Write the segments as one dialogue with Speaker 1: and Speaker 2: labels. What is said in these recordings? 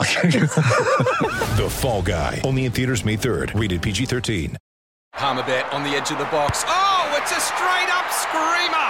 Speaker 1: The Fall Guy. Only in theaters May 3rd. Rated PG-13.
Speaker 2: Palmerbet on the edge of the box. Oh, it's a straight up screamer!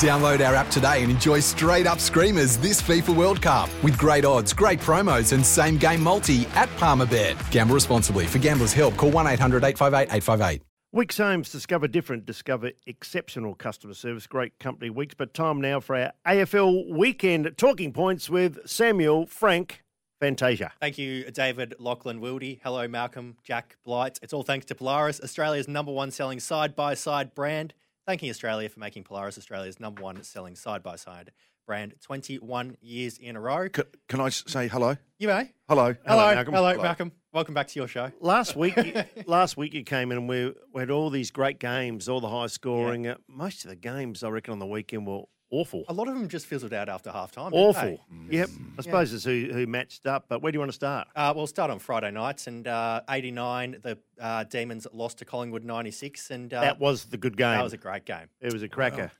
Speaker 2: Download our app today and enjoy straight up screamers this FIFA World Cup with great odds, great promos, and same game multi at Palmerbet. Gamble responsibly. For gamblers' help, call 1 800 858 858.
Speaker 3: Weeks Homes, discover different, discover exceptional customer service, great company weeks. But time now for our AFL weekend talking points with Samuel Frank Fantasia.
Speaker 4: Thank you, David Lachlan Wildy. Hello, Malcolm, Jack Blight. It's all thanks to Polaris, Australia's number one selling side by side brand. Thanking Australia for making Polaris Australia's number one selling side by side brand 21 years in a row.
Speaker 5: C- can I s- say hello?
Speaker 4: You may. Hello,
Speaker 5: Hello.
Speaker 4: hello,
Speaker 3: Malcolm.
Speaker 4: Malcolm.
Speaker 5: Hello.
Speaker 4: Welcome back to your show.
Speaker 3: Last week, last week you came in and we, we had all these great games, all the high scoring. Uh, most of the games I reckon on the weekend were awful.
Speaker 4: A lot of them just fizzled out after half time.
Speaker 3: Awful. Yep. I suppose it's who, who matched up, but where do you want to start?
Speaker 4: Uh, we'll start on Friday nights and uh, 89, the uh, Demons lost to Collingwood 96. And uh,
Speaker 3: that was the good game.
Speaker 4: that was a great game.
Speaker 3: it was a cracker.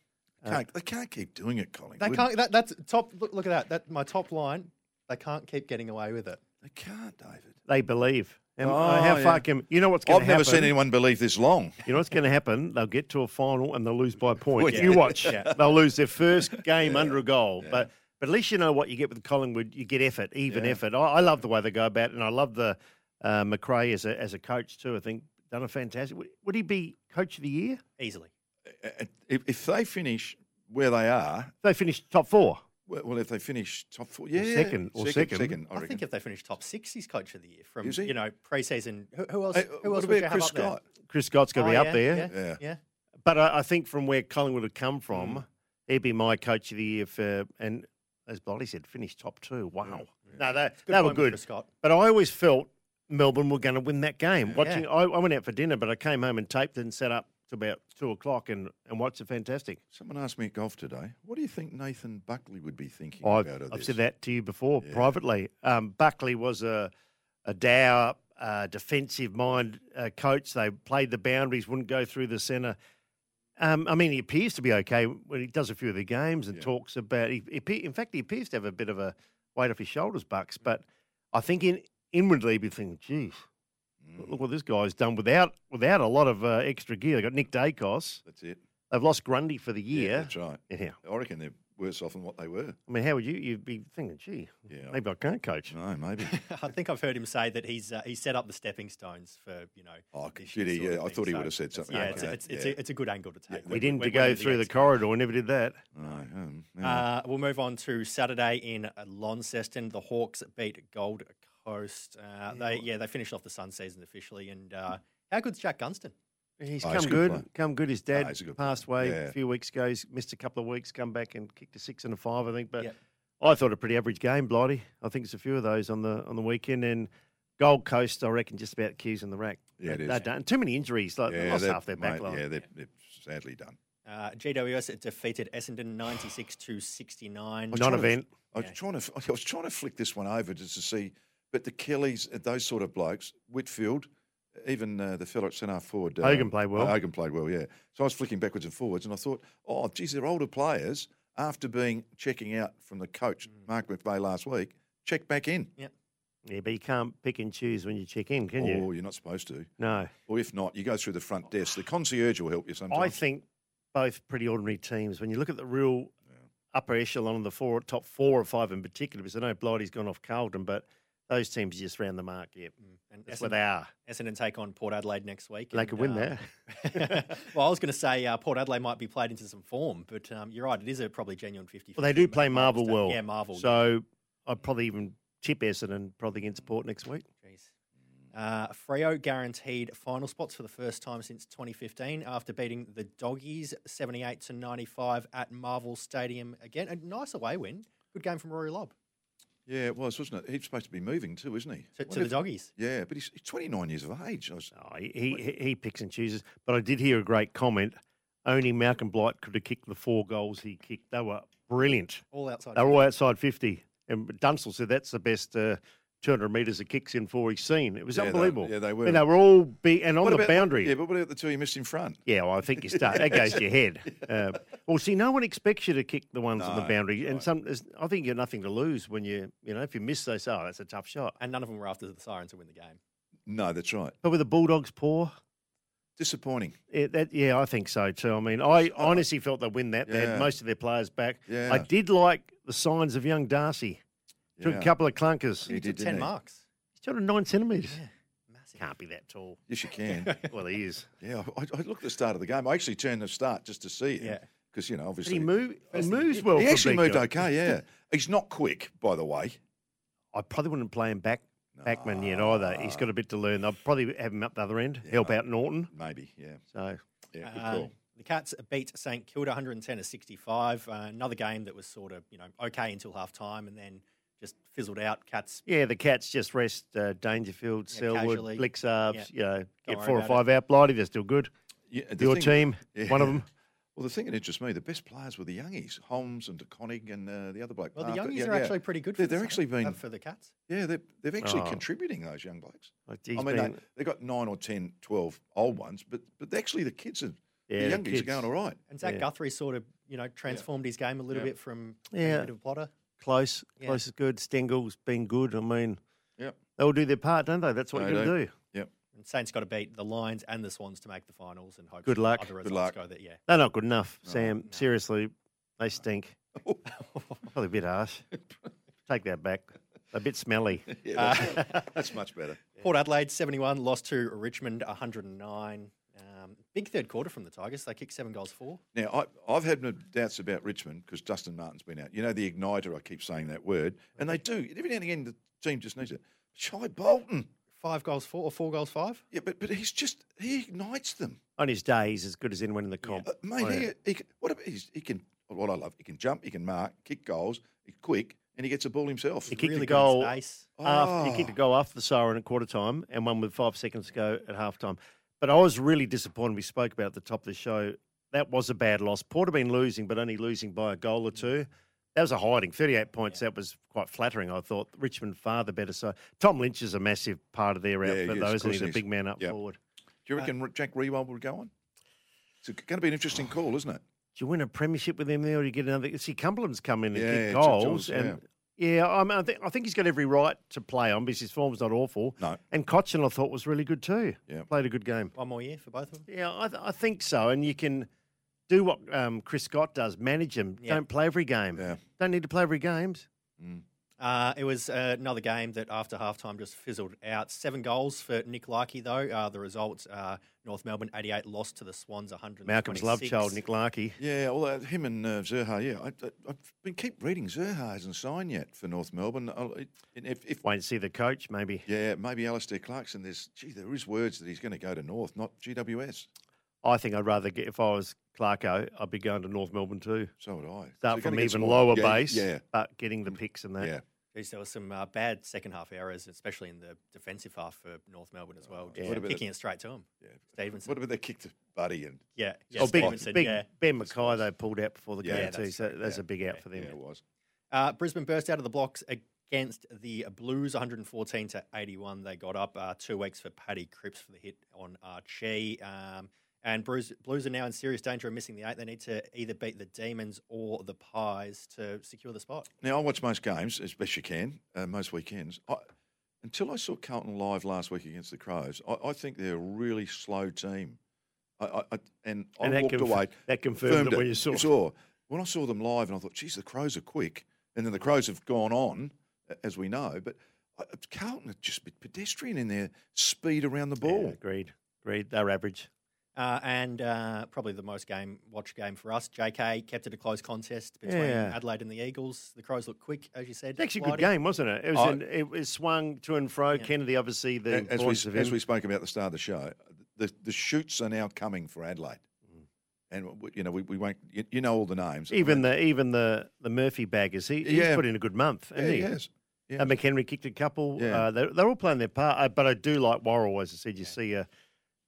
Speaker 5: Can't, they can't keep doing it, Colin.
Speaker 4: They can't, that, that's top. Look, look at that. that. My top line, they can't keep getting away with it.
Speaker 5: They can't, David.
Speaker 3: They believe. And uh,
Speaker 5: Oh,
Speaker 3: how far
Speaker 5: yeah.
Speaker 3: can you know what's going
Speaker 5: I've
Speaker 3: to happen?
Speaker 5: never seen anyone believe this long.
Speaker 3: You know what's going to happen? They'll get to a final and they'll lose by points.
Speaker 5: Yeah.
Speaker 3: You watch.
Speaker 4: Yeah.
Speaker 3: They'll lose their first game under a goal. But but at least you know what you get with Collingwood. You get effort, even effort. I, I love the way they go about it, and I love the uh, McRae as a as a coach too. I think done a fantastic. Would, would he be coach of the year? If
Speaker 4: Easily.
Speaker 5: Uh, uh, If, if they finish where they are,
Speaker 3: They finished top four.
Speaker 5: well, well, if they finish top four, yeah,
Speaker 3: second, or second.
Speaker 5: second, second, I
Speaker 4: I,
Speaker 5: reckon.
Speaker 4: think if they finish top six, he's coach of the year from
Speaker 5: Is he?
Speaker 4: you know preseason. Who, who else?
Speaker 5: Hey,
Speaker 4: who
Speaker 5: what
Speaker 4: else would you
Speaker 5: about
Speaker 4: have
Speaker 5: Chris
Speaker 4: up there?
Speaker 5: Scott?
Speaker 3: Chris Scott's going to be
Speaker 4: Oh,
Speaker 3: up
Speaker 4: yeah,
Speaker 3: there.
Speaker 4: Yeah,
Speaker 5: Yeah.
Speaker 4: yeah.
Speaker 3: But I, I think from where Collingwood had come from,
Speaker 4: Mm.
Speaker 3: he'd be my coach of the year for and. As Bloody said, finished top two. Wow. No, they,
Speaker 4: Good
Speaker 3: they
Speaker 4: point
Speaker 3: were
Speaker 4: with
Speaker 3: good.
Speaker 4: Chris Scott.
Speaker 3: But I always felt Melbourne were going to win that game. Watching, I, I went out for dinner, but I came home and taped and set up to about two o'clock and, and watched it. Fantastic.
Speaker 5: Someone asked me at golf today, what do you think Nathan Buckley would be thinking
Speaker 3: I've,
Speaker 5: about it?
Speaker 3: I've said that to you before privately. Um, Buckley was a, a dour, uh, defensive mind uh, coach. They played the boundaries, wouldn't go through the centre. Um, I mean, he appears to be okay when he does a few of the games and talks about. He, he, appe- in fact, he appears to have a bit of a weight off his shoulders, Bucks. But I think in, inwardly, he'd be thinking, "Geez, look what this guy's done without without a lot of uh, extra gear." They got Nick Dacos.
Speaker 5: That's it.
Speaker 3: They've lost Grundy for the year.
Speaker 5: That's right.
Speaker 3: Yeah.
Speaker 5: I reckon they're worse off than what they were.
Speaker 3: I mean, how would you? You'd be thinking, "Gee,
Speaker 5: Yeah.
Speaker 3: maybe I can't coach."
Speaker 5: No, maybe.
Speaker 4: I think I've heard him say that he's uh, he set up the stepping stones for you know.
Speaker 5: Oh,
Speaker 4: this year
Speaker 5: did he?
Speaker 4: sort of
Speaker 5: Yeah, I
Speaker 4: thing.
Speaker 5: thought he would've said
Speaker 4: it's-
Speaker 5: something
Speaker 4: Yeah,
Speaker 5: like
Speaker 4: it's, a,
Speaker 5: that.
Speaker 4: it's, it's,
Speaker 5: Yeah.
Speaker 4: a, it's a good angle to take.
Speaker 3: We
Speaker 4: when-
Speaker 3: didn't
Speaker 4: when- when
Speaker 3: go
Speaker 4: it
Speaker 3: through the mm.
Speaker 4: gets-
Speaker 3: corridor. Never did that.
Speaker 5: no, um, yeah.
Speaker 4: Uh, we'll move on to Saturday in Launceston. The Hawks beat Gold Coast. Uh, They yeah they finished off the Sun season officially. And uh, how good's Jack Gunston?
Speaker 3: He's
Speaker 5: Oh,
Speaker 3: come
Speaker 5: he's a good
Speaker 3: good.
Speaker 5: player.
Speaker 3: come good. His dad
Speaker 5: No, he's a good player.
Speaker 3: passed away
Speaker 5: Yeah.
Speaker 3: a few weeks ago. He's missed a couple of weeks. Come back and kicked a six and a five, I think. But
Speaker 4: Yep.
Speaker 3: I thought a pretty average game, Blighty. I think it's a few of those on the on the weekend. And Gold Coast, I reckon, just about cues in the rack.
Speaker 5: Yeah, it
Speaker 3: They-
Speaker 5: is.
Speaker 3: They're done. Too many injuries. Like they
Speaker 5: Yeah,
Speaker 3: lost
Speaker 5: they're-
Speaker 3: half their
Speaker 5: mate,
Speaker 3: back line.
Speaker 5: Yeah, they're, they're sadly done.
Speaker 4: Uh, GWS defeated Essendon 96 to 69.
Speaker 5: I was
Speaker 3: Not
Speaker 5: trying to-
Speaker 3: event.
Speaker 5: I was trying to. I was trying to flick this one over just to see, but the Kellys, uh, those sort of blokes, Whitfield, even uh, the fellow at centre half forward, uh,
Speaker 3: Hogan played well.
Speaker 5: Hogan played well, yeah. So I was flicking backwards and forwards, and I thought, oh, geez, they're older players. After being checking out from the coach
Speaker 4: Mm.
Speaker 5: Mark McVeigh last week, check back in.
Speaker 3: Yeah, but you can't pick and choose when you check in, can you?
Speaker 5: Or "Oh, you're not supposed to.
Speaker 3: No.
Speaker 5: Or if not, you go through the front desk. The concierge will help you sometimes.
Speaker 3: I think both pretty ordinary teams. When you look at the real upper echelon of the four, top four or five in particular, because I know Blighty's gone off Carlton, but those teams are just round the mark. Yep,
Speaker 4: And
Speaker 3: Mm. that's where they are.
Speaker 4: Essendon take on Port Adelaide next week.
Speaker 3: They
Speaker 4: and,
Speaker 3: could win
Speaker 4: um,
Speaker 3: there.
Speaker 4: well, I was going to say uh, Port Adelaide might be played into some form, but um, you're right. It is a probably genuine 50
Speaker 3: Well, they do play Marvel well.
Speaker 4: uh, Yeah, Marvel.
Speaker 3: So I'd probably even tip Essendon probably against Port next week.
Speaker 4: Jeez. Uh, Freo guaranteed final spots for the first time since 2015 after beating the Doggies 78 to 95 at Marvel Stadium again. A nice away win. Good game from Rory Lobb.
Speaker 5: Yeah, it was, wasn't it? He's supposed to be moving too, isn't he?
Speaker 4: to, to the doggies.
Speaker 5: Yeah, but he's, he's 29 years of age. I was,
Speaker 3: Oh, he, he he picks and chooses. But I did hear a great comment. Only Malcolm Blight could have kicked the four goals he kicked. They were brilliant.
Speaker 4: All outside.
Speaker 3: They were all outside 50. And Dunstall said that's the best uh, 200 metres of kicks in four he's seen. It was
Speaker 5: Yeah, they-
Speaker 3: unbelievable.
Speaker 5: yeah, they
Speaker 3: I mean,
Speaker 5: were.
Speaker 3: they were all big and on
Speaker 5: What
Speaker 3: the
Speaker 5: about-
Speaker 3: boundary.
Speaker 5: Yeah, but what about the two he missed in front?
Speaker 3: Yeah, well, I think you start. That goes to your head. Uh, well, see, no one expects you to kick the ones on the
Speaker 5: No,
Speaker 3: boundary, and some. there's- I think you're nothing to lose when you, you know, if you miss those. Oh, that's a tough shot.
Speaker 4: And none of them were after the siren to win the game.
Speaker 5: No, that's right.
Speaker 3: But with the Bulldogs' paw,
Speaker 5: Disappointing.
Speaker 3: yeah, that, yeah, I think so too. I mean, I honestly felt they win that. They
Speaker 5: Yeah.
Speaker 3: had most of their players back. I
Speaker 5: Yeah.
Speaker 3: did like the signs of young Darcy. Took
Speaker 5: Yeah.
Speaker 3: a couple of clunkers.
Speaker 5: He
Speaker 3: He's
Speaker 4: took
Speaker 5: did, didn't
Speaker 4: 10
Speaker 5: he?
Speaker 4: marks.
Speaker 3: sort of nine centimetres.
Speaker 4: Massive.
Speaker 3: Can't be that tall.
Speaker 5: Yes, you can.
Speaker 3: Well, he is.
Speaker 5: yeah, I, I looked at the start of the game. I actually turned the start just to see him.
Speaker 4: Yeah.
Speaker 5: Because, you know,
Speaker 3: But
Speaker 5: obviously.
Speaker 3: he, move, he moves well.
Speaker 5: He
Speaker 3: for a
Speaker 5: actually
Speaker 3: big
Speaker 5: moved
Speaker 3: guy.
Speaker 5: okay, yeah. He's not quick, by the way.
Speaker 3: I probably wouldn't play him back backman yet either. He's got a bit to learn. I'd probably have him up the other end, help out Norton.
Speaker 5: Maybe, yeah.
Speaker 3: So
Speaker 5: Yeah, good
Speaker 4: Uh,
Speaker 5: call.
Speaker 4: the Cats beat St Kilda 110 to 65. Uh, another game that was sort of you know okay until half time and then just fizzled out. Cats
Speaker 3: yeah, the cats just rest uh, Dangerfield,
Speaker 4: Yeah,
Speaker 3: Selwood,
Speaker 4: casually.
Speaker 3: Blixarbs. You know, get
Speaker 4: worry
Speaker 3: four or
Speaker 4: about
Speaker 3: five out. Blighty, they're still good.
Speaker 5: Yeah, the
Speaker 3: Your
Speaker 5: thing-
Speaker 3: team, one of
Speaker 5: Yeah.
Speaker 3: them.
Speaker 5: Well, the thing that interests me, the best players were the youngies, Holmes and DeConnick and uh, the other bloke.
Speaker 4: well the
Speaker 5: Parker.
Speaker 4: youngies
Speaker 5: Yeah,
Speaker 4: are
Speaker 5: yeah.
Speaker 4: actually pretty good. For
Speaker 5: They're,
Speaker 4: the
Speaker 5: they're
Speaker 4: Sun-
Speaker 5: actually been,
Speaker 4: uh, for the Cats.
Speaker 5: yeah, they're, they're actually
Speaker 3: Oh.
Speaker 5: contributing those young blokes.
Speaker 3: Like, he's
Speaker 5: I mean,
Speaker 3: been-
Speaker 5: they, they've got nine or 10, 12 old ones, but but actually the kids are,
Speaker 3: Yeah,
Speaker 5: the
Speaker 3: the
Speaker 5: youngies
Speaker 3: kids.
Speaker 5: are going all right.
Speaker 4: And Zach
Speaker 3: Yeah.
Speaker 4: Guthrie sort of you know transformed his game a little bit from yeah.
Speaker 3: Yeah.
Speaker 4: a bit of a plotter.
Speaker 3: close,
Speaker 4: Yeah.
Speaker 3: close is good. Stengel's been good. I mean,
Speaker 5: Yep.
Speaker 3: they all do their part, don't they? That's what
Speaker 5: They
Speaker 3: you're going to
Speaker 5: do.
Speaker 3: do.
Speaker 5: Yep.
Speaker 4: And Saints got to beat the Lions and the Swans to make the finals and hope
Speaker 3: Good luck.
Speaker 4: other
Speaker 5: Good
Speaker 4: results
Speaker 5: luck.
Speaker 4: go that yeah.
Speaker 3: They're not good enough, Sam. Seriously, they stink.
Speaker 5: Oh,
Speaker 3: Probably a bit harsh. Take that back. They're a bit smelly.
Speaker 5: Yeah, that's, Uh, that's much better.
Speaker 4: Port Adelaide 71 lost to Richmond 109. Um, big third quarter from the Tigers. They kicked seven goals four.
Speaker 5: Now, I, I've had my doubts about Richmond because Justin Martin's been out. You know, the igniter, I keep saying that word, and they do. Every now and again, the team just needs it. Shy Bolton.
Speaker 4: Five goals four or four goals five.
Speaker 5: Yeah, but, but he's just, he ignites them.
Speaker 3: On his day, he's as good as anyone in the comp.
Speaker 5: Uh, mate, he, he, can- what, about- he's, he can, what I love, he can jump, he can mark, kick goals, he's quick, and he gets the ball himself.
Speaker 3: He kicked
Speaker 4: really
Speaker 3: a
Speaker 4: good in
Speaker 3: goal.
Speaker 4: space.
Speaker 3: After, he kicked a
Speaker 5: Oh.
Speaker 3: goal after the siren at quarter time and one with five seconds to go at half time. But I was really disappointed. We spoke about at the top of the show. That was a bad loss. Port have been losing, but only losing by a goal or two. That was a hiding. 38 points. That was quite flattering, I thought. Richmond far the better side. Tom Lynch is a massive part of their
Speaker 5: Yeah,
Speaker 3: outfit,
Speaker 5: yes,
Speaker 3: though,
Speaker 5: of
Speaker 3: isn't he?
Speaker 5: course
Speaker 3: The
Speaker 5: he is.
Speaker 3: big man up
Speaker 5: Yep.
Speaker 3: forward.
Speaker 5: Do you reckon Jack Rewell would go on? It's going to be an interesting call, isn't it?
Speaker 3: Do you win a premiership with him there, or you get another? See, Cumberland's come in and
Speaker 5: Yeah,
Speaker 3: kick
Speaker 5: Jack
Speaker 3: goals,
Speaker 5: Jones,
Speaker 3: and yeah, I, mean, I, think, I think he's got every right to play on because his form's not awful.
Speaker 5: No.
Speaker 3: and Cochin I thought was really good too.
Speaker 5: Yeah.
Speaker 3: played a good game.
Speaker 4: One more year for both of them.
Speaker 3: Yeah, I, th- I think so. And you can do what um, Chris Scott does: manage him.
Speaker 4: Yeah.
Speaker 3: Don't play every game.
Speaker 5: Yeah.
Speaker 3: Don't need to play every games.
Speaker 4: Uh, it was uh, another game that after halftime just fizzled out. Seven goals for Nick Larkey, though. Uh, the results uh, North Melbourne 88 lost to the Swans 100.
Speaker 3: Malcolm's love child, Nick Larkey.
Speaker 5: Yeah, well, uh, him and uh, Zerha, yeah. I, I, I've been keep reading Zerha hasn't signed yet for North Melbourne. I'll, it, and if, if
Speaker 3: Wait and see the coach, maybe.
Speaker 5: yeah, maybe Alistair Clarkson. There's gee, there is words that he's going to go to North, not GWS.
Speaker 3: I think I'd rather get if I was Clarko, I'd be going to North Melbourne too.
Speaker 5: So would I.
Speaker 3: Start
Speaker 5: So
Speaker 3: from
Speaker 5: gonna get
Speaker 3: even
Speaker 5: some-
Speaker 3: lower
Speaker 5: yeah,
Speaker 3: base,
Speaker 5: Yeah,
Speaker 3: but getting the picks and that.
Speaker 5: yeah.
Speaker 4: Geez, there was some uh, bad second half errors, especially in the defensive half for North Melbourne as well. Just
Speaker 5: What about
Speaker 4: Kicking it straight to him. Yeah. Stevenson.
Speaker 5: What about they kicked Buddy and
Speaker 4: yeah. yeah
Speaker 3: Oh, big,
Speaker 4: Stevenson,
Speaker 3: big
Speaker 4: yeah.
Speaker 3: Ben Mackay though pulled out before the
Speaker 5: Yeah,
Speaker 3: game too,
Speaker 4: that's
Speaker 3: so that's a big out for them.
Speaker 5: yeah, it was.
Speaker 4: Uh, Brisbane burst out of the blocks against the Blues, 114 to 81. They got up uh, two weeks for Paddy Cripps for the hit on Archie. Um, and Blues, Blues are now in serious danger of missing the eight. They need to either beat the Demons or the Pies to secure the spot.
Speaker 5: Now I watch most games as best you can, uh, most weekends. I, until I saw Carlton live last week against the Crows, I, I think they're a really slow team. I, I, I and,
Speaker 3: And
Speaker 5: I
Speaker 3: that
Speaker 5: walked
Speaker 3: conf-
Speaker 5: away.
Speaker 3: that confirmed it when you saw it.
Speaker 5: When I saw them live, and I thought, geez, the Crows are quick. And then the Crows have gone on, a- as we know. But I, Carlton are just a bit pedestrian in their speed around the
Speaker 3: Yeah,
Speaker 5: ball.
Speaker 3: agreed. Agreed. They're average.
Speaker 4: Uh, and uh, probably the most game watch game for us. JK kept it a close contest between
Speaker 3: Yeah.
Speaker 4: Adelaide and the Eagles. The Crows looked quick, as you said.
Speaker 3: It's actually a good
Speaker 4: Blighty.
Speaker 3: game, wasn't it? It was,
Speaker 5: I-
Speaker 3: an, it was swung to and fro. Kennedy, obviously, the
Speaker 5: A- as,
Speaker 3: importance
Speaker 5: we,
Speaker 3: of
Speaker 5: as
Speaker 3: him.
Speaker 5: we spoke about at the start of the show, the, the shoots are now coming for Adelaide. And, w- you know, we, we won't, you, you know all the names. I
Speaker 3: Mm. even
Speaker 5: mean,
Speaker 3: the even the the Murphy baggers, he, he's
Speaker 5: Yeah.
Speaker 3: put in a good month.
Speaker 5: yeah,
Speaker 3: hasn't he?
Speaker 5: yes. Yeah.
Speaker 3: Uh, McHenry kicked a couple.
Speaker 5: Yeah.
Speaker 3: Uh, they're, they're all playing their part. Uh, but I do like Worrell, as I said. You see, uh,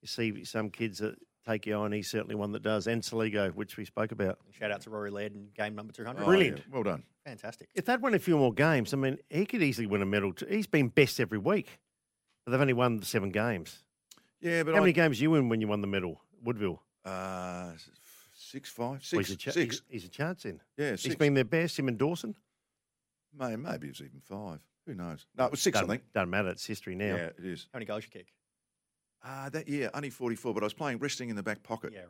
Speaker 3: you see some kids that take you on. He's certainly one that does. And Saligo, which we spoke about.
Speaker 4: Shout out to Rory Laird in game number 200.
Speaker 5: Oh,
Speaker 3: Brilliant.
Speaker 5: yeah. Well done.
Speaker 4: Fantastic.
Speaker 3: If they'd won a few more games, I mean, he could easily win a medal. Too. He's been best every week, but they've only won seven games.
Speaker 5: Yeah, but
Speaker 3: How
Speaker 5: I,
Speaker 3: many games you win when you won the medal, Woodville?
Speaker 5: Uh, s- six, five,
Speaker 3: Well,
Speaker 5: six,
Speaker 3: he's a cha-
Speaker 5: six.
Speaker 3: He's, he's a chance in.
Speaker 5: Yeah, six.
Speaker 3: He's been their best. Him and Dawson.
Speaker 5: May, maybe it was even five. Who knows? No, it was 6
Speaker 3: doesn't,
Speaker 5: I think.
Speaker 3: doesn't matter. It's history now.
Speaker 5: Yeah, it is.
Speaker 4: How many goals you kick?
Speaker 5: Uh, that year, only 44, but I was playing resting in the back pocket
Speaker 4: Yeah, right.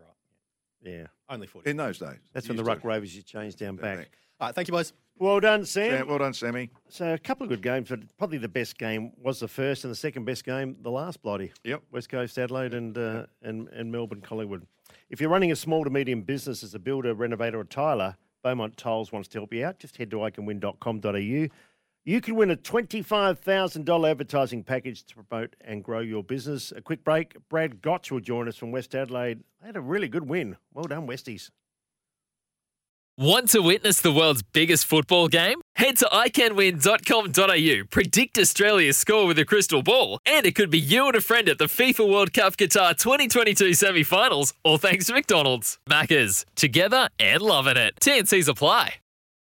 Speaker 3: Yeah.
Speaker 4: Only 40.
Speaker 5: in those days.
Speaker 3: That's
Speaker 5: You
Speaker 3: when the
Speaker 5: used
Speaker 3: Ruck
Speaker 5: to-
Speaker 3: Rovers you changed down
Speaker 5: Down
Speaker 3: back.
Speaker 5: back.
Speaker 4: All right, thank you, boys.
Speaker 3: Well done, Sam.
Speaker 5: Yeah, well done, Sammy.
Speaker 3: So a couple of good games, but probably the best game was the first, and the second best game, the last bloody.
Speaker 5: Yep.
Speaker 3: West Coast Adelaide and uh, and and Melbourne Collingwood. If you're running a small to medium business as a builder, renovator, or tiler, Beaumont Tiles wants to help you out. Just head to iCanWin.com.au. You can win a twenty-five thousand dollar advertising package to promote and grow your business. A quick break. Brad Gotch will join us from West Adelaide. They had a really good win. Well done, Westies.
Speaker 6: Want to witness the world's biggest football game? Head to iCanWin.com.au, predict Australia's score with a crystal ball, and it could be you and a friend at the FIFA World Cup Qatar 2022 semi finals, all thanks to McDonald's. Maccas, together and loving it. TNCs apply.